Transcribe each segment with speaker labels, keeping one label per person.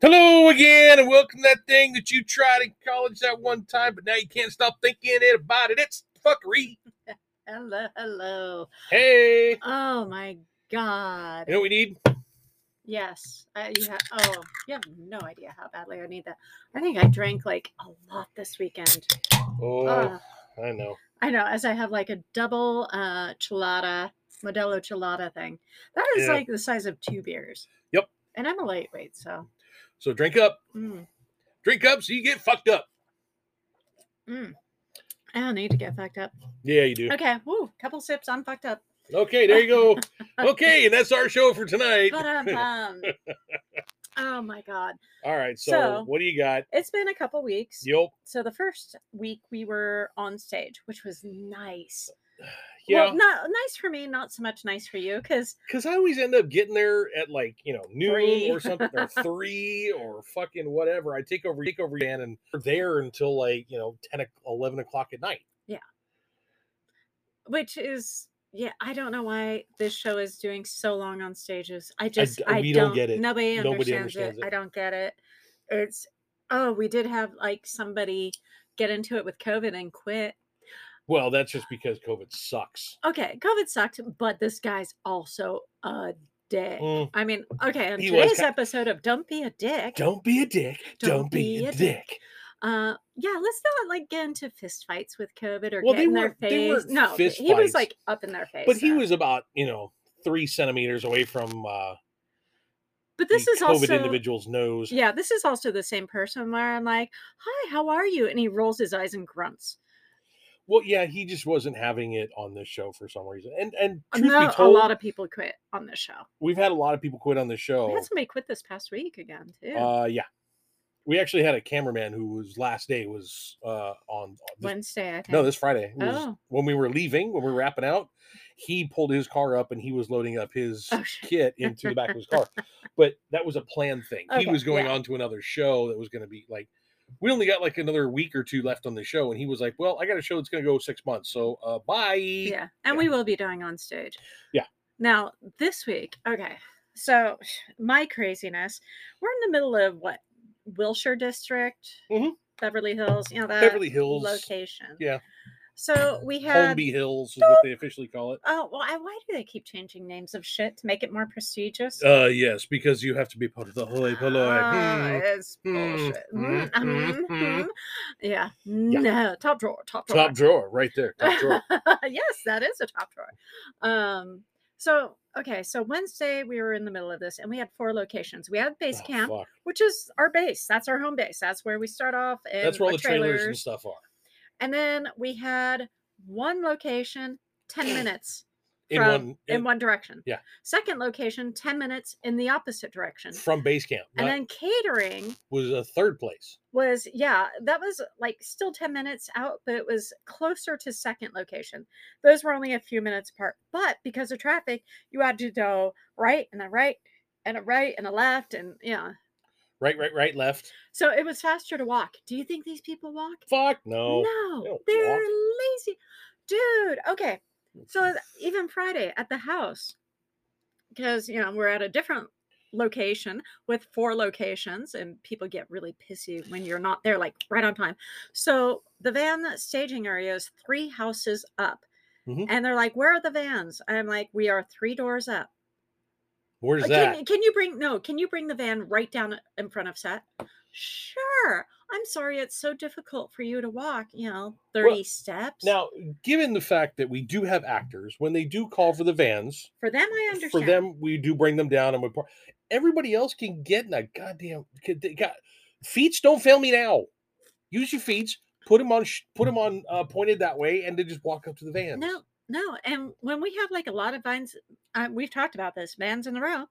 Speaker 1: Hello again, and welcome to that thing that you tried in college that one time, but now you can't stop thinking it about it. It's fuckery.
Speaker 2: Hello, hello.
Speaker 1: Hey, you
Speaker 2: Oh my god.
Speaker 1: know what we need?
Speaker 2: Yes. I, you ha- oh, you have no idea how badly I need that. I think I drank like a lot this weekend.
Speaker 1: Oh,
Speaker 2: Ugh.
Speaker 1: I know.
Speaker 2: I know, as I have like a double uh chelada, Modelo chelada thing. That is
Speaker 1: Yeah.
Speaker 2: like the size of two beers.
Speaker 1: Yep.
Speaker 2: And I'm a lightweight, so.
Speaker 1: So drink up,
Speaker 2: Mm,
Speaker 1: drink up, so you get fucked up.
Speaker 2: mm. I don't need to get fucked up.
Speaker 1: Yeah, you do.
Speaker 2: Okay, woo, couple sips, I'm fucked up.
Speaker 1: Okay, there you go. Okay, and that's our show for tonight.
Speaker 2: Ba-dum-bum. um, oh my god.
Speaker 1: All right, so,
Speaker 2: So-
Speaker 1: what do you got?
Speaker 2: It's been a couple weeks.
Speaker 1: Yup.
Speaker 2: so the first week we were on stage, which was nice.
Speaker 1: Yeah,
Speaker 2: Well, not nice for me, not so much nice for you, because
Speaker 1: because I always end up getting there at like you know noon
Speaker 2: Three.
Speaker 1: or something or three or fucking whatever. I take over take over Dan and we're there until like you know 10, o- 11 o'clock at night.
Speaker 2: which is yeah, I don't know why this show is doing so long on stages. I
Speaker 1: d-
Speaker 2: just I,
Speaker 1: we
Speaker 2: don't,
Speaker 1: don't get it.
Speaker 2: Nobody understands,
Speaker 1: Nobody understands
Speaker 2: it.
Speaker 1: it.
Speaker 2: I don't get it. It's oh, we did have like somebody get into it with COVID and quit.
Speaker 1: Well, that's just because COVID sucks.
Speaker 2: Okay, COVID sucked, but this guy's also a dick.
Speaker 1: Mm,
Speaker 2: I mean, okay, on
Speaker 1: He was
Speaker 2: today's
Speaker 1: ki-
Speaker 2: episode of Don't Be a Dick.
Speaker 1: Don't be a dick. Don't, be, a dick.
Speaker 2: uh yeah let's not like get into fist fights with covid or
Speaker 1: Well,
Speaker 2: well,
Speaker 1: they
Speaker 2: get in their
Speaker 1: weren't- they
Speaker 2: face
Speaker 1: weren't
Speaker 2: no th-
Speaker 1: fist
Speaker 2: he
Speaker 1: fights,
Speaker 2: was like up in their face
Speaker 1: But he
Speaker 2: though.
Speaker 1: was about you know three centimeters away from uh,
Speaker 2: but this
Speaker 1: the
Speaker 2: is
Speaker 1: COVID
Speaker 2: also
Speaker 1: individual's nose.
Speaker 2: yeah this is also the same person where i'm like hi how are you and he rolls his eyes and grunts
Speaker 1: Well, yeah, he just wasn't having it on this show for some reason. And and
Speaker 2: I
Speaker 1: truth
Speaker 2: know
Speaker 1: be told,
Speaker 2: a lot of people quit on this show
Speaker 1: we've had a lot of people quit on the show.
Speaker 2: we had somebody quit this past week again too
Speaker 1: Oh. Uh, yeah. We actually had a cameraman who was last day was uh on this,
Speaker 2: wednesday i think
Speaker 1: no this Friday was
Speaker 2: Oh.
Speaker 1: when we were leaving when we were wrapping out. He pulled his car up and he was loading up his
Speaker 2: Oh, shit.
Speaker 1: kit into the back of his car, but that was a planned thing. he
Speaker 2: Okay,
Speaker 1: was going
Speaker 2: yeah.
Speaker 1: on to another show that was going to be like. We only got like another week or two left on the show, and he was like, "Well, I got a show that's going to go six months, so uh, bye."
Speaker 2: Yeah, and
Speaker 1: Yeah.
Speaker 2: we will be doing on stage.
Speaker 1: Yeah.
Speaker 2: Now this week, okay. So my craziness. We're in the middle of what Wilshire District,
Speaker 1: Mhm.
Speaker 2: Beverly Hills. You know that
Speaker 1: Beverly Hills,
Speaker 2: location.
Speaker 1: yeah.
Speaker 2: So we had.
Speaker 1: Holmby Hills is what they officially call it.
Speaker 2: Oh well, I, why do they keep changing names of shit to make it more prestigious?
Speaker 1: Uh, yes, because you have to be part of the hoi polloi.
Speaker 2: Ah,
Speaker 1: Hmm.
Speaker 2: it's
Speaker 1: hmm,
Speaker 2: bullshit.
Speaker 1: hmm,
Speaker 2: Mm,
Speaker 1: hmm,
Speaker 2: mhm,
Speaker 1: hmm.
Speaker 2: mhm. Yeah. No. Top drawer. Top drawer.
Speaker 1: Top drawer, right there. Top drawer.
Speaker 2: yes, that is a top drawer. Um, so okay, so Wednesday we were in the middle of this, and we had four locations. We had base
Speaker 1: Oh,
Speaker 2: camp,
Speaker 1: fuck.
Speaker 2: which is our base. That's our home base. That's where we start off. And
Speaker 1: That's where all
Speaker 2: our
Speaker 1: the trailers. and stuff are.
Speaker 2: And then we had one location, ten minutes
Speaker 1: In
Speaker 2: From-
Speaker 1: one,
Speaker 2: in,
Speaker 1: in-
Speaker 2: one direction.
Speaker 1: yeah.
Speaker 2: Second location, ten minutes in the opposite direction.
Speaker 1: from base camp.
Speaker 2: And
Speaker 1: That
Speaker 2: then catering
Speaker 1: was a third place.
Speaker 2: was yeah that was like still 10 minutes out but it was closer to second location those were only a few minutes apart but because of traffic you had to go right and a right and a right and a left and yeah
Speaker 1: Right, right, right, left.
Speaker 2: so it was faster to walk do you think these people walk
Speaker 1: Fuck no. they
Speaker 2: no
Speaker 1: don't
Speaker 2: they're
Speaker 1: walk.
Speaker 2: lazy dude okay so even friday at the house because you know we're at a different location with four locations and people get really pissy when you're not there like right on time so the van staging area is three houses up
Speaker 1: Mhm.
Speaker 2: and they're like where are the vans i'm like we are three doors up
Speaker 1: Where's
Speaker 2: "Uh,
Speaker 1: that?
Speaker 2: can, can you bring no can you bring the van right down uh, in front of set sure i'm sorry it's so difficult for you to walk you know 30 steps
Speaker 1: Now, given the fact that we do have actors, when they do call for the vans,
Speaker 2: for them i understand
Speaker 1: for them we do bring them down and we. Par- Everybody else can get in a goddamn. could They got feet. Don't fail me now. Use your feet. Put them on. sh- Put them on uh, pointed that way, and then just walk up to the vans.
Speaker 2: No, no. And when we have like a lot of vines, uh, we've talked about this, vans in a row,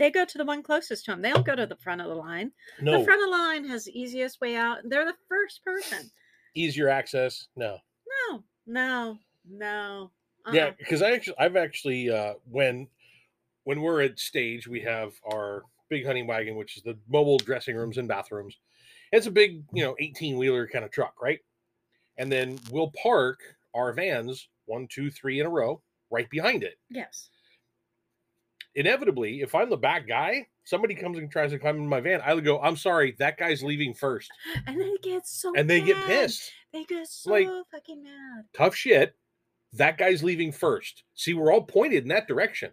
Speaker 2: they go to the one closest to them. They don't go to the front of the line.
Speaker 1: no
Speaker 2: The front of the line has the easiest way out. They're the first person.
Speaker 1: easier access. No.
Speaker 2: No, no, no. Uh-uh.
Speaker 1: Yeah, because I actually, I've actually, uh, when when we're at stage, we have our big hunting wagon, which is the mobile dressing rooms and bathrooms. It's a big, you know, eighteen wheeler kind of truck, right? And then we'll park our vans one, two, three in a row right behind it.
Speaker 2: Yes.
Speaker 1: inevitably, if I'm the back guy, somebody comes and tries to climb in my van. I would go, I'm sorry, that guy's leaving first.
Speaker 2: And they get so
Speaker 1: And they get
Speaker 2: mad.
Speaker 1: pissed.
Speaker 2: They get so
Speaker 1: Like-
Speaker 2: fucking mad.
Speaker 1: Tough shit. That guy's leaving first. See, we're all pointed in that direction.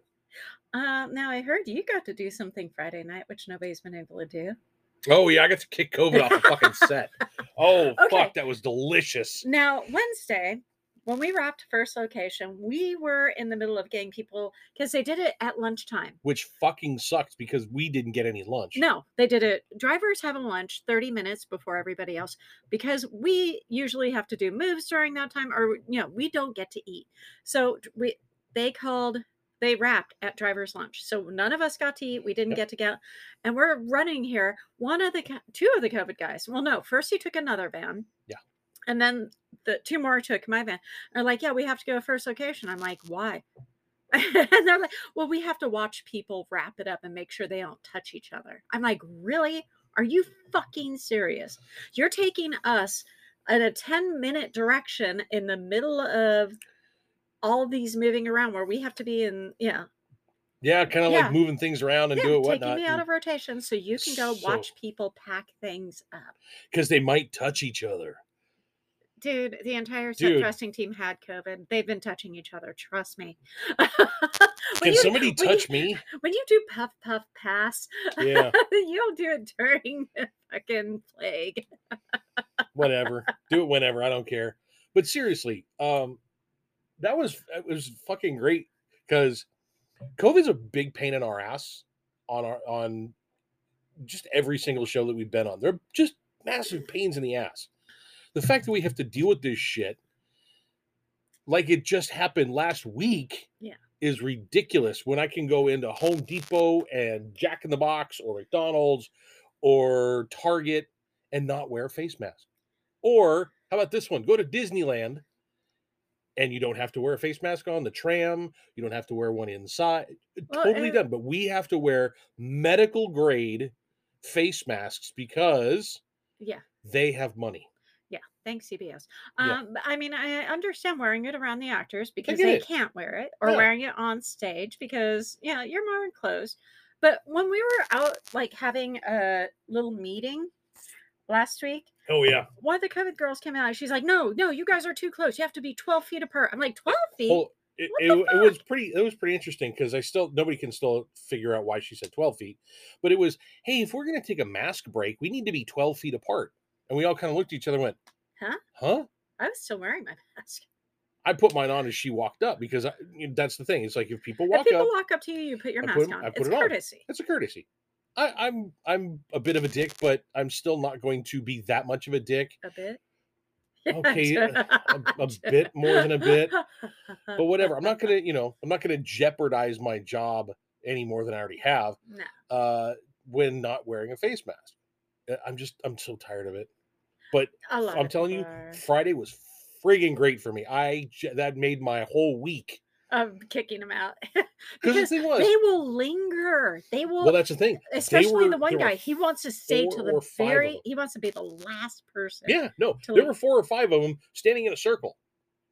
Speaker 2: Um, now I heard you got to do something Friday night, which nobody's been able to do.
Speaker 1: Oh, yeah, I got to kick COVID off the fucking set. Oh,
Speaker 2: Okay.
Speaker 1: fuck, that was delicious.
Speaker 2: Now, Wednesday, when we wrapped first location, we were in the middle of getting people because they did it at lunchtime.
Speaker 1: Which fucking sucks because we didn't get any lunch.
Speaker 2: No, they did it. Drivers have a lunch 30 minutes before everybody else because we usually have to do moves during that time or you know, we don't get to eat. So d- we they called they wrapped at driver's lunch. So none of us got to eat. We didn't
Speaker 1: Yep.
Speaker 2: get to get and we're running here. One of the co- two of the COVID guys. Well, no, first he took another van.
Speaker 1: Yeah.
Speaker 2: And then the two more took my van. They're like, yeah, we have to go to first location. I'm like, why? and they're like, well, we have to watch people wrap it up and make sure they don't touch each other. I'm like, really? Are you fucking serious? You're taking us in a 10 minute direction in the middle of all these moving around where we have to be in, yeah,
Speaker 1: Yeah, kind of
Speaker 2: Yeah.
Speaker 1: like moving things around and
Speaker 2: yeah
Speaker 1: do it
Speaker 2: taking
Speaker 1: whatnot.
Speaker 2: me out of rotation so you can go
Speaker 1: So-
Speaker 2: watch people pack things up.
Speaker 1: Because they might touch each other.
Speaker 2: Dude, the entire set
Speaker 1: Dude.
Speaker 2: dressing team had COVID. They've been touching each other. Trust me.
Speaker 1: Can
Speaker 2: When you-
Speaker 1: somebody
Speaker 2: when you-
Speaker 1: touch me?
Speaker 2: when you do puff puff pass,
Speaker 1: Yeah,
Speaker 2: you don't do it during the fucking plague.
Speaker 1: whatever. do it whenever. I don't care. But seriously, um, that was it was fucking great because COVID's a big pain in our ass on our on just every single show that we've been on. They're just massive pains in the ass. The fact that we have to deal with this shit like it just happened last week
Speaker 2: Yeah.
Speaker 1: is ridiculous when I can go into Home Depot and Jack in the Box or McDonald's or Target and not wear a face mask. Or how about this one? Go to Disneyland and you don't have to wear a face mask on the tram. You don't have to wear one inside.
Speaker 2: Well,
Speaker 1: totally
Speaker 2: and-
Speaker 1: done. But we have to wear medical grade face masks because
Speaker 2: Yeah.
Speaker 1: they have money.
Speaker 2: Yeah. Thanks, CBS.
Speaker 1: Yeah.
Speaker 2: Um, I mean, I understand wearing it around the actors because
Speaker 1: get
Speaker 2: they
Speaker 1: it.
Speaker 2: can't wear it or
Speaker 1: Yeah.
Speaker 2: wearing it on stage because, yeah, you're more enclosed. But when we were out, like having a little meeting last week,
Speaker 1: Oh yeah.
Speaker 2: one of the COVID girls came out and she's like, No, no, you guys are too close. You have to be 12 feet apart. I'm like, 12 feet?
Speaker 1: Well, it,
Speaker 2: What
Speaker 1: it,
Speaker 2: the
Speaker 1: it was pretty it was pretty interesting because I still nobody can still figure out why she said 12 feet, but it was, hey, if we're gonna take a mask break, we need to be 12 feet apart. And we all kind of looked at each other and went,
Speaker 2: Huh?
Speaker 1: Huh?
Speaker 2: I was still wearing my mask.
Speaker 1: I put mine on as she walked up because I, you know, that's the thing. It's like if people
Speaker 2: If
Speaker 1: walk
Speaker 2: people
Speaker 1: up,
Speaker 2: walk up to you, you put your
Speaker 1: I
Speaker 2: mask
Speaker 1: put 'em-
Speaker 2: on.
Speaker 1: I put
Speaker 2: it's
Speaker 1: it on.
Speaker 2: courtesy.
Speaker 1: it's a courtesy. I, I'm I'm a bit of a dick, but I'm still not going to be that much of a dick.
Speaker 2: A bit.
Speaker 1: Okay, a, a bit more than a bit, but whatever. I'm not gonna, you know, I'm not gonna jeopardize my job any more than I already have.
Speaker 2: No.
Speaker 1: uh, when not wearing a face mask. Uh, I'm just I'm so tired of it.
Speaker 2: A lot
Speaker 1: I'm
Speaker 2: of
Speaker 1: telling you,
Speaker 2: people are,
Speaker 1: Friday was friggin' great for me. I j- that made my whole week
Speaker 2: um, kicking them out
Speaker 1: because the
Speaker 2: because
Speaker 1: thing was,
Speaker 2: they will linger. They will,
Speaker 1: well, that's the thing. they
Speaker 2: especially
Speaker 1: were-
Speaker 2: the one
Speaker 1: there were
Speaker 2: guy. He wants to stay to
Speaker 1: four
Speaker 2: the
Speaker 1: or five of
Speaker 2: very.
Speaker 1: them.
Speaker 2: He wants to be the last person.
Speaker 1: Yeah, no,
Speaker 2: to
Speaker 1: there
Speaker 2: leave.
Speaker 1: were four or five of them standing in a circle.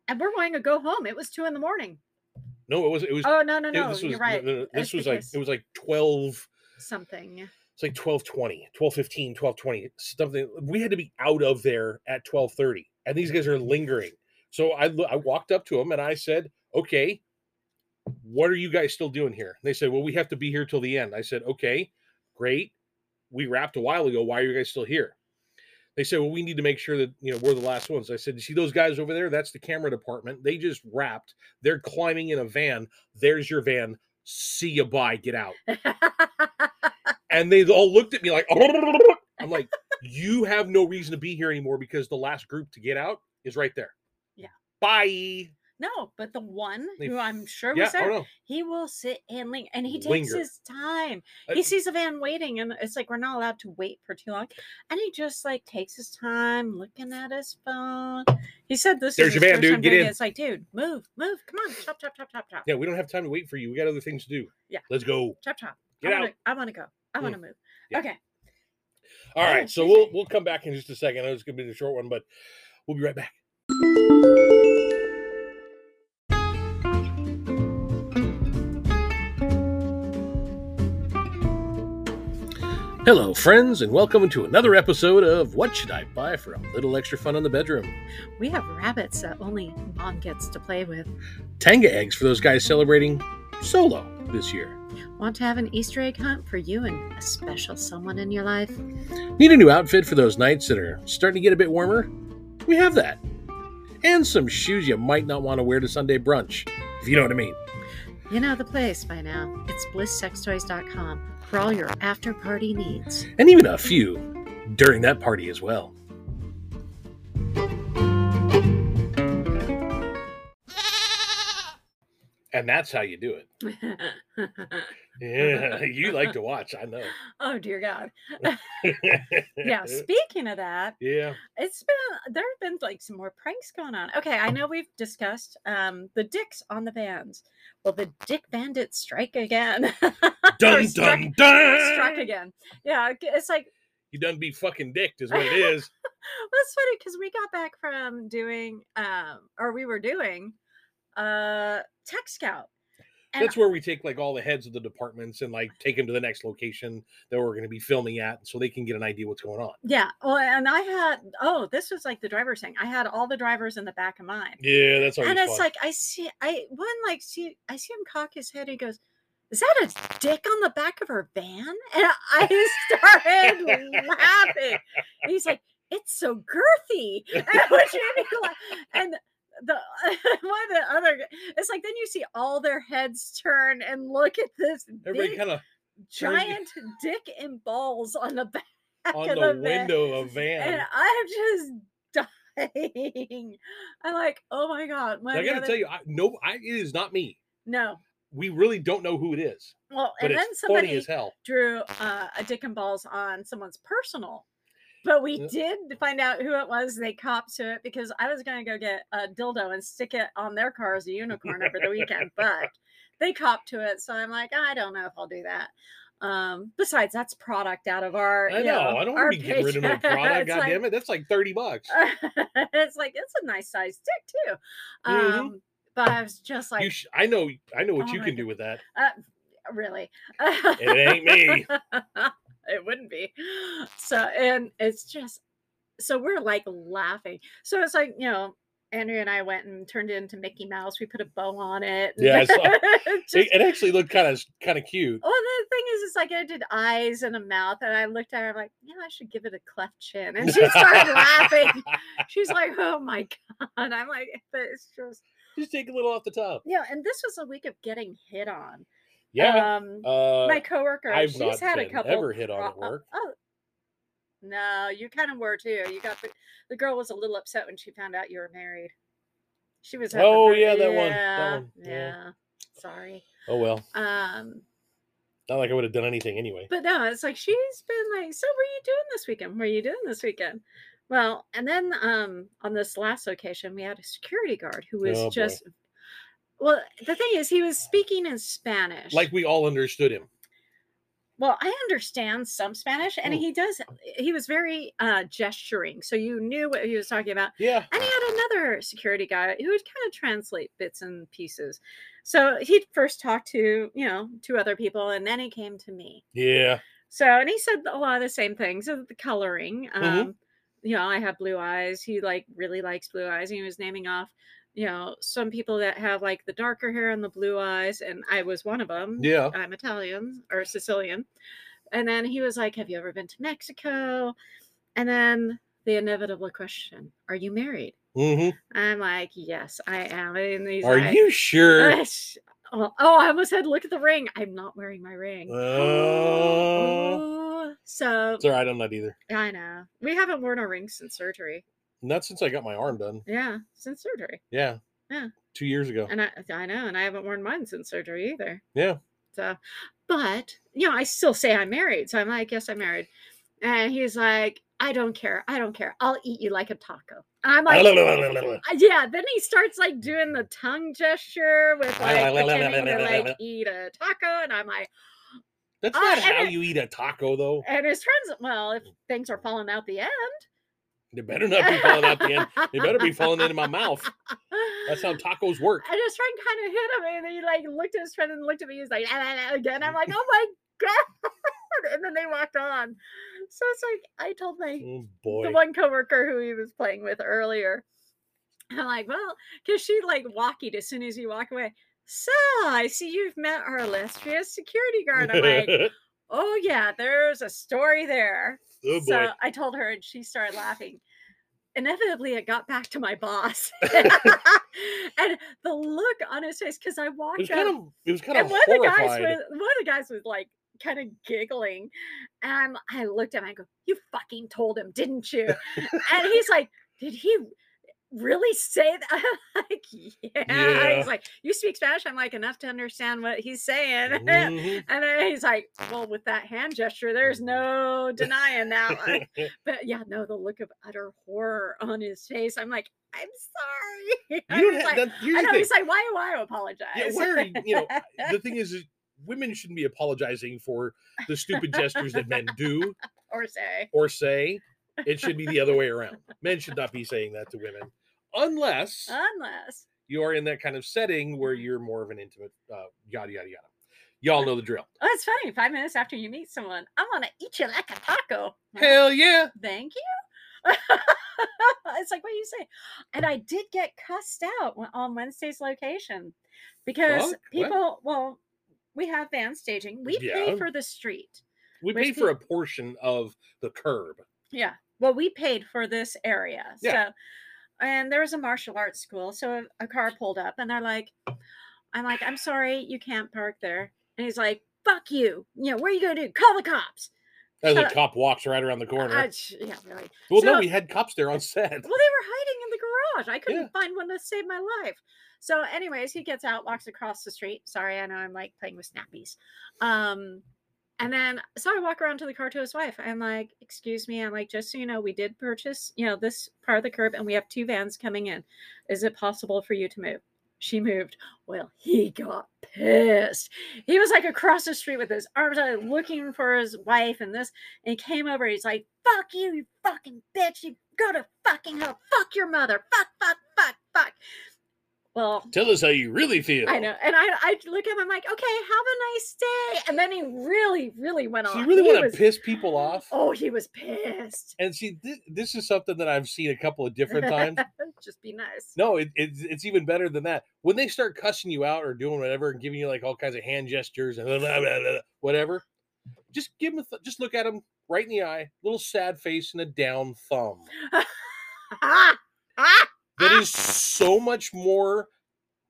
Speaker 2: and we're wanting to go home. It was two in the morning.
Speaker 1: No, it was it was.
Speaker 2: Oh no no
Speaker 1: it-
Speaker 2: no!
Speaker 1: this was
Speaker 2: you're right.
Speaker 1: no, no, no,
Speaker 2: That's
Speaker 1: this was like
Speaker 2: because-
Speaker 1: it was like 12
Speaker 2: Something.
Speaker 1: it's like 1220 1215 1220 something we had to be out of there at 1230 and these guys are lingering so i lo- i walked up to them and i said okay what are you guys still doing here they said well we have to be here till the end i said okay great we wrapped a while ago why are you guys still here they said well we need to make sure that you know we're the last ones i said you see those guys over there that's the camera department they just wrapped they're climbing in a van there's your van see you bye get out and they all looked at me like I'm like, you have no reason to be here anymore because the last group to get out is right there.
Speaker 2: Yeah.
Speaker 1: Bye.
Speaker 2: no, but the one
Speaker 1: They
Speaker 2: who I'm sure
Speaker 1: yeah.
Speaker 2: was
Speaker 1: Oh
Speaker 2: there,
Speaker 1: no.
Speaker 2: he will sit and ling, and he takes
Speaker 1: Linger.
Speaker 2: his time.
Speaker 1: Uh,
Speaker 2: he sees a van waiting and it's like we're not allowed to wait for too long and he just like takes his time looking at his phone he said this
Speaker 1: There's
Speaker 2: is
Speaker 1: your
Speaker 2: his
Speaker 1: van,
Speaker 2: first
Speaker 1: dude,
Speaker 2: time
Speaker 1: get
Speaker 2: doing it.
Speaker 1: in.
Speaker 2: it's like dude move move come on chop chop chop chop chop
Speaker 1: Yeah, we don't have time to wait for you. We got other things to do.
Speaker 2: Yeah.
Speaker 1: Let's go.
Speaker 2: chop chop
Speaker 1: Get
Speaker 2: I wanna,
Speaker 1: out.
Speaker 2: i want to go i
Speaker 1: Mm.
Speaker 2: want to move
Speaker 1: Yeah.
Speaker 2: okay
Speaker 1: All
Speaker 2: yeah,
Speaker 1: right. So
Speaker 2: Oh, excuse
Speaker 1: we'll
Speaker 2: me.
Speaker 1: we'll come back in just a second. I know it's gonna be a short one, but we'll be right back. Hello, friends, and welcome to another episode of What Should I Buy for a Little Extra Fun in the Bedroom?
Speaker 2: We have rabbits that only mom gets to play with.
Speaker 1: Tanga eggs for those guys celebrating solo this year.
Speaker 2: Want to have an Easter egg hunt for you and a special someone in your life?
Speaker 1: Need a new outfit for those nights that are starting to get a bit warmer? We have that. And some shoes you might not want to wear to Sunday brunch, if you know what I mean.
Speaker 2: You know the place by now. It's blisssextoys.com for all your after party needs.
Speaker 1: And even a few during that party as well. And that's how you do it. Yeah, you like to watch, I know.
Speaker 2: oh dear God. Yeah, speaking of that,
Speaker 1: yeah.
Speaker 2: it's been there have been like some more pranks going on. Okay, I know we've discussed um the dicks on the bands. Will the dick bandits strike again?
Speaker 1: Dun
Speaker 2: struck-
Speaker 1: dun
Speaker 2: Struck
Speaker 1: dun.
Speaker 2: again. Yeah, it's like
Speaker 1: You done be fucking dicked is what it is.
Speaker 2: Well, it's funny because we got back from doing, um, or we were doing, uh, Tech Scout. And
Speaker 1: That's where we take like all the heads of the departments and like take them to the next location that we're going to be filming at, so they can get an idea what's going on.
Speaker 2: yeah, well, and I had oh, this was like the driver's thing. I had all the drivers in the back of mine,
Speaker 1: Yeah, that's always
Speaker 2: and it's
Speaker 1: fun.
Speaker 2: like I see, I one like see, I see him cock his head. and He goes, "Is that a dick on the back of her van?" And I started laughing. And he's like, "It's so girthy," and, which made me laugh. and the one of the other, g- it's like then you see all their heads turn and look at this
Speaker 1: everybody
Speaker 2: big
Speaker 1: kind of
Speaker 2: giant dick and balls on the back
Speaker 1: on
Speaker 2: of
Speaker 1: the
Speaker 2: van.
Speaker 1: window of van.
Speaker 2: and I'm just dying. I'm like, "Oh my god!" When
Speaker 1: I
Speaker 2: the
Speaker 1: got to
Speaker 2: other-
Speaker 1: tell you, I, no, I, it is not me.
Speaker 2: no.
Speaker 1: We really don't know who it is,
Speaker 2: Well,
Speaker 1: but
Speaker 2: and then
Speaker 1: it's funny
Speaker 2: somebody
Speaker 1: as hell.
Speaker 2: drew uh, a dick and balls on someone's personal. But we
Speaker 1: Yeah.
Speaker 2: did find out who it was. They copped to it because I was going to go get a dildo and stick it on their car as a unicorn over the weekend, but they copped to it. So I'm like, I don't know if I'll do that. Um, besides, that's product out of our.
Speaker 1: I
Speaker 2: you
Speaker 1: know. I don't
Speaker 2: our
Speaker 1: want to be getting rid of my
Speaker 2: paycheck.
Speaker 1: product.
Speaker 2: It's
Speaker 1: God
Speaker 2: like-
Speaker 1: damn it, that's like thirty bucks.
Speaker 2: it's like it's a nice size dick too.
Speaker 1: Mhm.
Speaker 2: Um, but I was just
Speaker 1: you
Speaker 2: like,
Speaker 1: sh- I know. I know what
Speaker 2: Oh
Speaker 1: you
Speaker 2: my
Speaker 1: can
Speaker 2: God.
Speaker 1: do with that.
Speaker 2: really
Speaker 1: It ain't me.
Speaker 2: it wouldn't be so and it's just so we're like laughing so it's like you know andrew and i went and turned it into mickey mouse we put a bow on it and
Speaker 1: Yeah, I saw-
Speaker 2: just-
Speaker 1: It, it actually looked kind of kind of cute.
Speaker 2: well the thing is it's like i did eyes and a mouth and i looked at her I'm like yeah i should give it a cleft chin and she started laughing she's like oh my god i'm like but it's just
Speaker 1: Just take a little off the top.
Speaker 2: yeah and this was a week of getting hit on
Speaker 1: Yeah.
Speaker 2: um
Speaker 1: uh,
Speaker 2: my coworker,
Speaker 1: I've
Speaker 2: she's
Speaker 1: not
Speaker 2: had a
Speaker 1: been
Speaker 2: couple.
Speaker 1: ever hit on at
Speaker 2: pro- uh,
Speaker 1: work.
Speaker 2: Oh, no, you kind of were too. You got the, the girl was a little upset when she found out you were married. She was. at the
Speaker 1: Oh,
Speaker 2: ver-
Speaker 1: yeah, that one, that one,
Speaker 2: Yeah.
Speaker 1: yeah.
Speaker 2: Sorry.
Speaker 1: oh well,
Speaker 2: Um,
Speaker 1: not like I would have done anything anyway.
Speaker 2: but no, it's like she's been like, so what are you doing this weekend? What are you doing this weekend? Well, and then um on this last occasion, we had a security guard who was
Speaker 1: Oh, boy.
Speaker 2: just. Well, the thing is, he was speaking in Spanish.
Speaker 1: Like we all understood him.
Speaker 2: Well, I understand some Spanish, and
Speaker 1: Mm.
Speaker 2: he does. He was very uh, gesturing, so you knew what he was talking about.
Speaker 1: Yeah.
Speaker 2: And he had another security guy who would kind of translate bits and pieces. So he'd first talk to you know two other people, and then he came to me.
Speaker 1: Yeah.
Speaker 2: So and he said a lot of the same things of the coloring. Um,
Speaker 1: Mhm.
Speaker 2: You know, I have blue eyes. He like really likes blue eyes, and he was naming off you know some people that have like the darker hair and the blue eyes, and I was one of them.
Speaker 1: Yeah.
Speaker 2: I'm Italian or Sicilian. And then he was like, Have you ever been to Mexico? And then the inevitable question, Are you married?
Speaker 1: hmm
Speaker 2: I'm like, Yes, I am. And he's
Speaker 1: Are
Speaker 2: like,
Speaker 1: you sure?
Speaker 2: "Uh, sh- Oh, oh, I almost had look at the ring. I'm not wearing my ring.
Speaker 1: Uh,
Speaker 2: Ooh. So
Speaker 1: it's all right. I'm not either.
Speaker 2: I know. We haven't worn a ring since surgery.
Speaker 1: Not since I got my arm done.
Speaker 2: Yeah, since surgery.
Speaker 1: Yeah.
Speaker 2: Yeah.
Speaker 1: Two years ago.
Speaker 2: And I, I know, and I haven't worn mine since surgery either.
Speaker 1: Yeah.
Speaker 2: So, but you know, I still say I'm married. So I'm like, yes, I'm married. And he's like, I don't care. I don't care. I'll eat you like a taco. And I'm like, "Uh, yeah. Then he starts like doing the tongue gesture with like pretending to like eat a taco, and I'm like,
Speaker 1: That's
Speaker 2: uh,
Speaker 1: not
Speaker 2: and
Speaker 1: how
Speaker 2: it-
Speaker 1: you eat a taco, though.
Speaker 2: and his friends, well, if things are falling out the end,
Speaker 1: They better not be falling out the end. They better be falling into my mouth. That's how tacos work.
Speaker 2: And his friend kind of hit him, and he like looked at his friend and looked at me. He's like, "Ah, ah, ah," again. I'm like, oh my god! And the and they walked on. So it's like I told my
Speaker 1: Oh
Speaker 2: the
Speaker 1: boy.
Speaker 2: one coworker who he was playing with earlier. I'm like, well, because she like walkied as soon as you walk away. So I see you've met our illustrious security guard. I'm like, oh yeah, there's a story there.
Speaker 1: oh boy.
Speaker 2: so I told her, and she started laughing. Inevitably, it got back to my boss, and the look on his face because I
Speaker 1: it
Speaker 2: walked
Speaker 1: was
Speaker 2: up,
Speaker 1: kind of it was kind
Speaker 2: and
Speaker 1: of
Speaker 2: one of the guys
Speaker 1: horrified.
Speaker 2: was one of the guys was like kind of giggling, and I'm, I looked at him. I go, "You fucking told him, didn't you?" and he's like, "Did he?" Really say that? I'm like, yeah.
Speaker 1: Yeah.
Speaker 2: He's like, you speak Spanish. I'm like, enough to understand what he's saying.
Speaker 1: Mhm.
Speaker 2: And then he's like, well, with that hand gesture, there's
Speaker 1: Mm-hmm.
Speaker 2: no denying that one. But yeah, no, the look of utter horror on his face. I'm like, I'm sorry. I
Speaker 1: You don't
Speaker 2: was
Speaker 1: have
Speaker 2: like,
Speaker 1: that, here's
Speaker 2: I
Speaker 1: the
Speaker 2: know.
Speaker 1: thing.
Speaker 2: He's like, why do I apologize?
Speaker 1: Yeah, why are you, you know, the thing is, is women shouldn't be apologizing for the stupid gestures that men do
Speaker 2: or say,
Speaker 1: or say. It should be the other way around. Men should not be saying that to women unless
Speaker 2: Ah. unless
Speaker 1: you are in that kind of setting where you're more of an intimate uh, yada yada yada. Y'all know the drill.
Speaker 2: oh, it's funny. Five minutes after you meet someone, I want to eat you like a taco. I'm like,
Speaker 1: Hell yeah.
Speaker 2: Thank you. it's like what do you say, and I did get cussed out when- on Wednesday's location because
Speaker 1: Fuck, what?
Speaker 2: people. Well, we have van staging. We
Speaker 1: Yeah.
Speaker 2: pay for the street.
Speaker 1: We
Speaker 2: Where's
Speaker 1: pay for a portion of the curb.
Speaker 2: Yeah. Well, we paid for this area.
Speaker 1: Yeah.
Speaker 2: So, and there was a martial arts school. So a, a car pulled up and they're like, I'm like, I'm sorry, you can't park there. And he's like, fuck you. You know, what are you going to do? Call the cops.
Speaker 1: As a
Speaker 2: Shut up.
Speaker 1: cop walks right around the corner.
Speaker 2: I j- yeah, really.
Speaker 1: well, no,
Speaker 2: so-
Speaker 1: we had cops there on set.
Speaker 2: Well, they were hiding in the garage. I couldn't
Speaker 1: Yeah.
Speaker 2: find one to save my life. So, anyways, he gets out, walks across the street. Sorry, I know I'm like playing with snappies. Um, and then so I walk around to the car to his wife. I'm like, excuse me. I'm like, just so you know, we did purchase, you know, this part of the curb and we have two vans coming in. Is it possible for you to move? She moved. Well, he got pissed. He was like across the street with his arms out, looking for his wife and this. And he came over. He's like, fuck you, you fucking bitch. You go to fucking hell. Fuck your mother. Fuck, fuck, fuck, fuck. Well,
Speaker 1: Tell us how you really feel.
Speaker 2: I know. And I, I look at him, I'm like, okay, have a nice day. And then he really, really went
Speaker 1: So
Speaker 2: on.
Speaker 1: you really
Speaker 2: He
Speaker 1: want
Speaker 2: was-
Speaker 1: to piss people off?
Speaker 2: Oh, he was pissed.
Speaker 1: And see, this, this is something that I've seen a couple of different times.
Speaker 2: Just be nice.
Speaker 1: No, it, it's it's even better than that. When they start cussing you out or doing whatever and giving you like all kinds of hand gestures and blah, blah, blah, blah, whatever, just give them. Th- just look at them right in the eye, little sad face and a down thumb.
Speaker 2: Ah, ah.
Speaker 1: That is so much more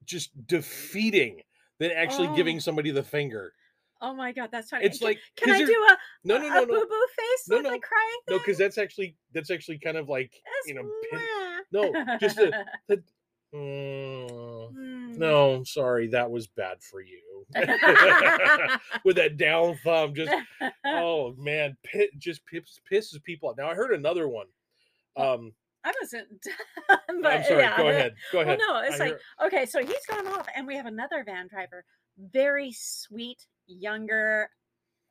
Speaker 1: just defeating than actually
Speaker 2: Oh.
Speaker 1: giving somebody the finger.
Speaker 2: Oh my god, that's funny.
Speaker 1: It's
Speaker 2: Can-
Speaker 1: like
Speaker 2: can
Speaker 1: 'cause
Speaker 2: I
Speaker 1: you're-
Speaker 2: do a
Speaker 1: no, no, no, no,
Speaker 2: a boo boo face
Speaker 1: No,
Speaker 2: with
Speaker 1: no.
Speaker 2: the crying
Speaker 1: no,
Speaker 2: thing?
Speaker 1: because that's actually that's actually kind of like
Speaker 2: That's
Speaker 1: you know. pin-
Speaker 2: mwah.
Speaker 1: no, just a Mm,
Speaker 2: Mm.
Speaker 1: no. Sorry, that was bad for you. With that down thumb, just oh man, pit just piss, pisses people off. Now I heard another one. Um,
Speaker 2: I wasn't done, but
Speaker 1: I'm sorry.
Speaker 2: yeah,
Speaker 1: go
Speaker 2: the-
Speaker 1: ahead. Go
Speaker 2: Well,
Speaker 1: ahead.
Speaker 2: no, it's
Speaker 1: I
Speaker 2: like
Speaker 1: hear-
Speaker 2: Okay, so he's gone off, and we have another van driver, very sweet, younger.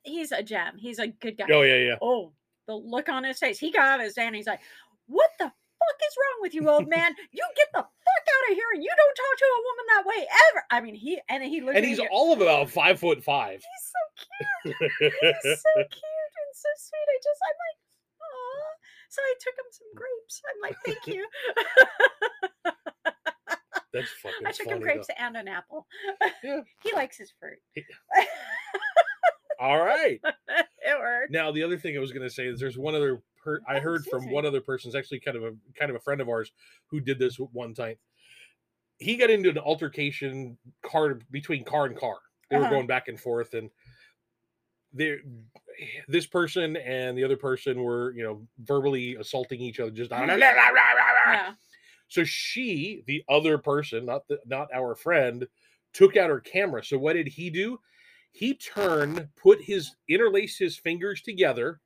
Speaker 2: He's a gem. He's a good guy.
Speaker 1: oh yeah, yeah.
Speaker 2: Oh, the look on his face. He got out of his van. And he's like, "What the fuck is wrong with you, old man? You get the fuck out of here, and you don't talk to a woman that way ever." I mean, he and then he looked.
Speaker 1: And
Speaker 2: at
Speaker 1: he's
Speaker 2: you-
Speaker 1: all of about five foot five.
Speaker 2: he's so he's so cute and so sweet. I just, I'm like, oh. So I took him some grapes. I'm like, thank you.
Speaker 1: That's fucking
Speaker 2: I took
Speaker 1: funny.
Speaker 2: him
Speaker 1: though.
Speaker 2: grapes and an apple.
Speaker 1: Yeah.
Speaker 2: he likes his fruit.
Speaker 1: All right.
Speaker 2: it worked.
Speaker 1: Now, the other thing I was going to say is there's one other per- I
Speaker 2: Oh,
Speaker 1: heard
Speaker 2: excuse
Speaker 1: from
Speaker 2: me.
Speaker 1: one other person, it's actually kind of a kind of a friend of ours who did this w- one time. He got into an altercation car between car and car. They were
Speaker 2: Uh-huh.
Speaker 1: going back and forth, and they this person and the other person were you know verbally assaulting each other. Just
Speaker 2: Yeah.
Speaker 1: so she, the other person, not the, not our friend, took out her camera. So what did he do? He turned, put his interlaced his fingers together,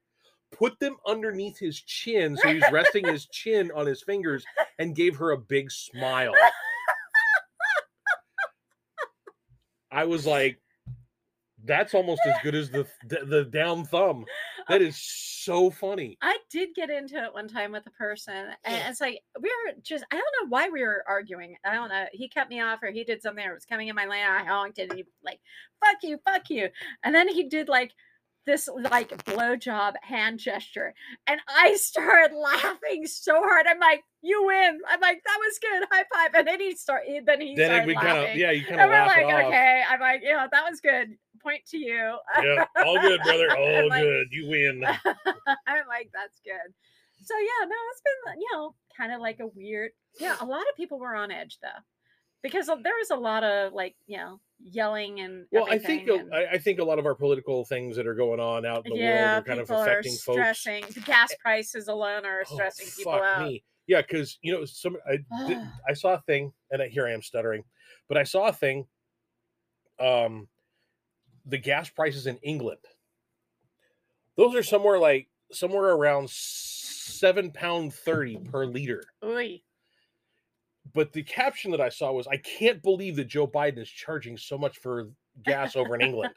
Speaker 1: put them underneath his chin, so he was resting his chin on his fingers, and gave her a big smile. I was like, "That's almost as good as the the, the down thumb." That is so funny.
Speaker 2: I did get into it one time with a person, and it's like we were just—I don't know why we were arguing. I don't know. He cut me off, or he did something, or was coming in my lane. I honked, and he like, "Fuck you, fuck you," and then he did like this like blowjob hand gesture. And I started laughing so hard. I'm like, you win. I'm like, that was good. High five. And then he start he- then he
Speaker 1: Then
Speaker 2: started
Speaker 1: we
Speaker 2: laughing.
Speaker 1: kind of yeah, you kind
Speaker 2: and
Speaker 1: of
Speaker 2: we're
Speaker 1: laugh
Speaker 2: like,
Speaker 1: it off.
Speaker 2: okay. I'm like, yeah, that was good. Point to you.
Speaker 1: Yeah, all good, brother. All
Speaker 2: I'm like-
Speaker 1: good. You win.
Speaker 2: I'm like, that's good. So yeah, no, it's been uh, you know kind of like a weird. Yeah, a lot of people were on edge though, because there was a lot of like you know yelling and.
Speaker 1: Well, I think
Speaker 2: everything
Speaker 1: a-
Speaker 2: and-
Speaker 1: I, I think a lot of our political things that are going on out in the
Speaker 2: yeah,
Speaker 1: world are kind of
Speaker 2: people are
Speaker 1: affecting folks.
Speaker 2: stressing. The gas prices alone are
Speaker 1: Oh,
Speaker 2: stressing people
Speaker 1: fuck
Speaker 2: out.
Speaker 1: me. Yeah, because you know, some I, did- I saw a thing, and I- here I am stuttering, but I saw a thing. Um, the gas prices in England; those are somewhere like somewhere around seven pound thirty per liter.
Speaker 2: Oy.
Speaker 1: But the caption that I saw was, "I can't believe that Joe Biden is charging so much for gas over in England."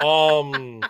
Speaker 1: um.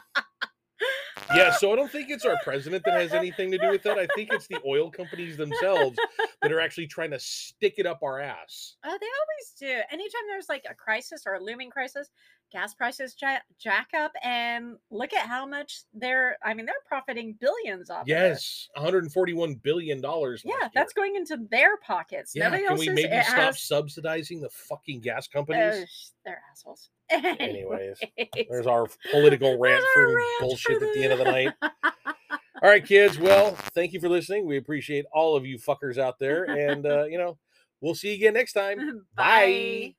Speaker 1: Yeah, so I don't think it's our president that has anything to do with that. I think it's the oil companies themselves that are actually trying to stick it up our ass.
Speaker 2: Oh, they always do. Anytime there's like a crisis or a looming crisis, gas prices ja- jack up, and look at how much they're. I mean, they're profiting billions off. Of it.
Speaker 1: Yes, 141 billion dollars.
Speaker 2: Yeah, that's going into their pockets.
Speaker 1: yeah.
Speaker 2: Nobody
Speaker 1: Can
Speaker 2: else's.
Speaker 1: we maybe
Speaker 2: it
Speaker 1: stop
Speaker 2: has,
Speaker 1: subsidizing the fucking gas
Speaker 2: oh,
Speaker 1: companies?
Speaker 2: sh- they're assholes.
Speaker 1: Anyways,
Speaker 2: Anyways.
Speaker 1: there's our political rant
Speaker 2: There's our
Speaker 1: for
Speaker 2: rant for
Speaker 1: bullshit at the
Speaker 2: the-
Speaker 1: end of the night. All right, kids. Well, thank you for listening. We appreciate all of you fuckers out there, and uh, you know, we'll see you again next time.
Speaker 2: Bye.